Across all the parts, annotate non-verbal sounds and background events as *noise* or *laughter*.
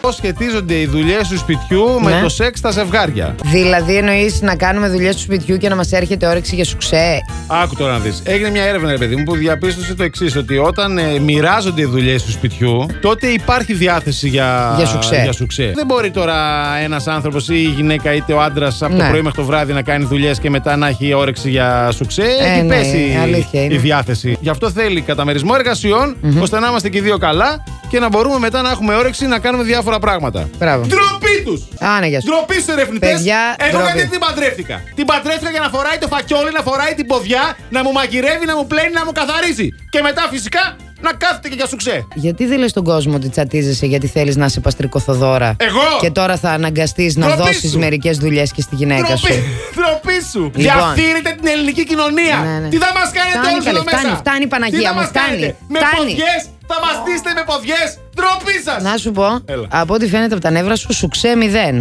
Πώς σχετίζονται οι δουλειές του σπιτιού με Ναι. το σεξ στα ζευγάρια. Δηλαδή, εννοείς να κάνουμε δουλειές του σπιτιού και να μας έρχεται όρεξη για σουξέ. Άκου τώρα να δεις. Έγινε μια έρευνα, ρε παιδί μου, που διαπίστωσε το εξής: Ότι όταν ε, μοιράζονται οι δουλειές του σπιτιού, τότε υπάρχει διάθεση για, Για σουξέ. Δεν μπορεί τώρα ένας άνθρωπος ή η γυναίκα είτε ο άντρας από το Ναι. πρωί μέχρι το βράδυ να κάνει δουλειές και μετά να έχει όρεξη για σουξέ. Ε, έχει ναι, πέσει αλήθεια η είναι. διάθεση. Γι' αυτό θέλει καταμερισμό εργασιών, ώστε να είμαστε και οι δύο καλά και να μπορούμε μετά να έχουμε όρεξη να κάνουμε διάφορα πράγματα. Μπράβο. Ντροπή τους! Άνα, για σου. Ντροπή στους ερευνητές. Παιδιά, Εγώ ντροπή. γιατί την παντρεύτηκα. Την παντρεύτηκα για να φοράει το φακιόλι, να φοράει την ποδιά, να μου μαγειρεύει, να μου πλένει, να μου καθαρίζει. Και μετά φυσικά να κάθεται και για σουξέ. Γιατί δεν λες στον κόσμο ότι τσατίζεσαι γιατί θέλεις να είσαι παστρικοθοδόρα. Εγώ! Και τώρα θα αναγκαστείς να Ντροπή δώσεις σου. μερικές δουλειές και στη γυναίκα Ναι, σου. Λοιπόν. Ντροπή, *laughs* ντροπή σου. Διαφύρετε την ελληνική κοινωνία. Ναι, ναι. Τι θα μας κάνετε Φτάνει, όλους καλέ, εδώ μέσα. φτάνει, φτάνει, Παναγία Τι θα μου, μας φτάνει, κάνετε. Με φτάνει. ποδιές, θα μας δείστε με ποδιές. Ντροπή σας. Να σου πω, Έλα. από ό,τι φαίνεται από τα νεύρα σου, σου ξέ μηδέν.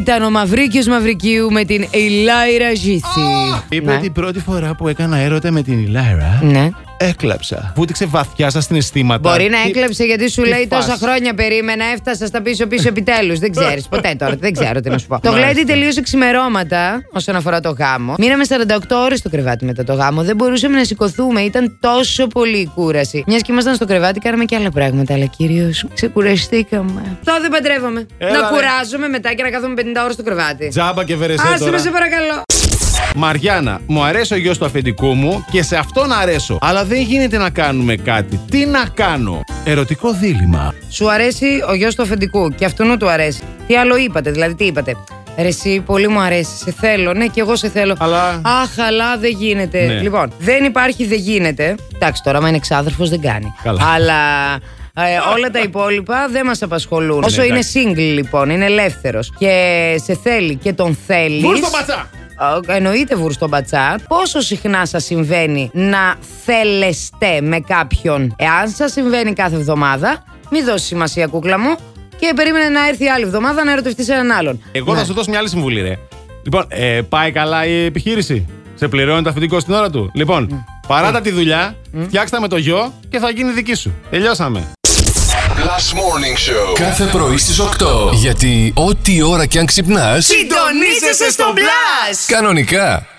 Ήταν ο Μαυρίκιος Μαυρικίου με την Ελάιρα Ζήθη. ναι. πρώτη φορά που έκανα έρωτα με την Ιλάρα. ναι. Έκλαψα. Βούτυξε βαθιά σα στην αισθήματα. Μπορεί να Τι- έκλεψε γιατί σου τι λέει φάση. τόσα χρόνια περίμενα, έφτασα στα πίσω-πίσω επιτέλους. Δεν *laughs* ξέρεις ποτέ τώρα, δεν ξέρω τι να σου πω. το Μάλιστα. γλέντι τελείωσε ξημερώματα όσον αφορά το γάμο. Μείναμε 48 ώρες στο κρεβάτι μετά το γάμο. Δεν μπορούσαμε να σηκωθούμε, ήταν τόσο πολύ η κούραση. Μιας και ήμασταν στο κρεβάτι, κάναμε και άλλα πράγματα, αλλά κυρίως ξεκουραστήκαμε. Τώρα δεν παντρεύομαι. Έλα, να ρε. κουράζομαι μετά και να κάθομαι 50 ώρες στο κρεβάτι. Τζάμπα και βερεσέ Άσε με τώρα. σε παρακαλώ. Μαριάννα, μου αρέσει ο γιος του αφεντικού μου και σε αυτόν αρέσω. Αλλά δεν γίνεται να κάνουμε κάτι. Τι να κάνω. Ερωτικό δίλημα. Σου αρέσει ο γιος του αφεντικού και αυτού του αρέσει. Τι άλλο είπατε, δηλαδή τι είπατε. Ρε εσύ, πολύ μου αρέσει, σε θέλω. Ναι, και εγώ σε θέλω. Αλλά- Αχ, αλλά δεν γίνεται. Ναι. Λοιπόν, δεν υπάρχει, δεν γίνεται. Εντάξει, τώρα, άμα είναι εξάδερφο, δεν κάνει. Καλά. Αλλά ε, όλα τα υπόλοιπα δεν μας απασχολούν. Όσο Ναι, είναι εντάξει. single, λοιπόν, είναι ελεύθερος και σε θέλει και τον θέλεις. Πού στο πατσά. Ε, Εννοείται βουρστο μπατσά. Πόσο συχνά σας συμβαίνει να θέλεστε με κάποιον. Εάν σας συμβαίνει κάθε εβδομάδα, μη δώσεις σημασία, κούκλα μου. Και περίμενε να έρθει άλλη εβδομάδα να ερωτευτείς έναν άλλον. Ναι. Εγώ θα σου δώσω μια άλλη συμβουλή, ρε. Λοιπόν, ε, πάει καλά η επιχείρηση. Σε πληρώνει το αφεντικό στην ώρα του. Λοιπόν, παράτα τη δουλειά, φτιάξτε με το γιο και θα γίνει δική σου. Τελειώσαμε. Last Morning Show. Κάθε πρωί στις 8. Γιατί ό,τι ώρα κι αν ξυπνάς, Συντονίζεσαι στο μπλα! κανονικά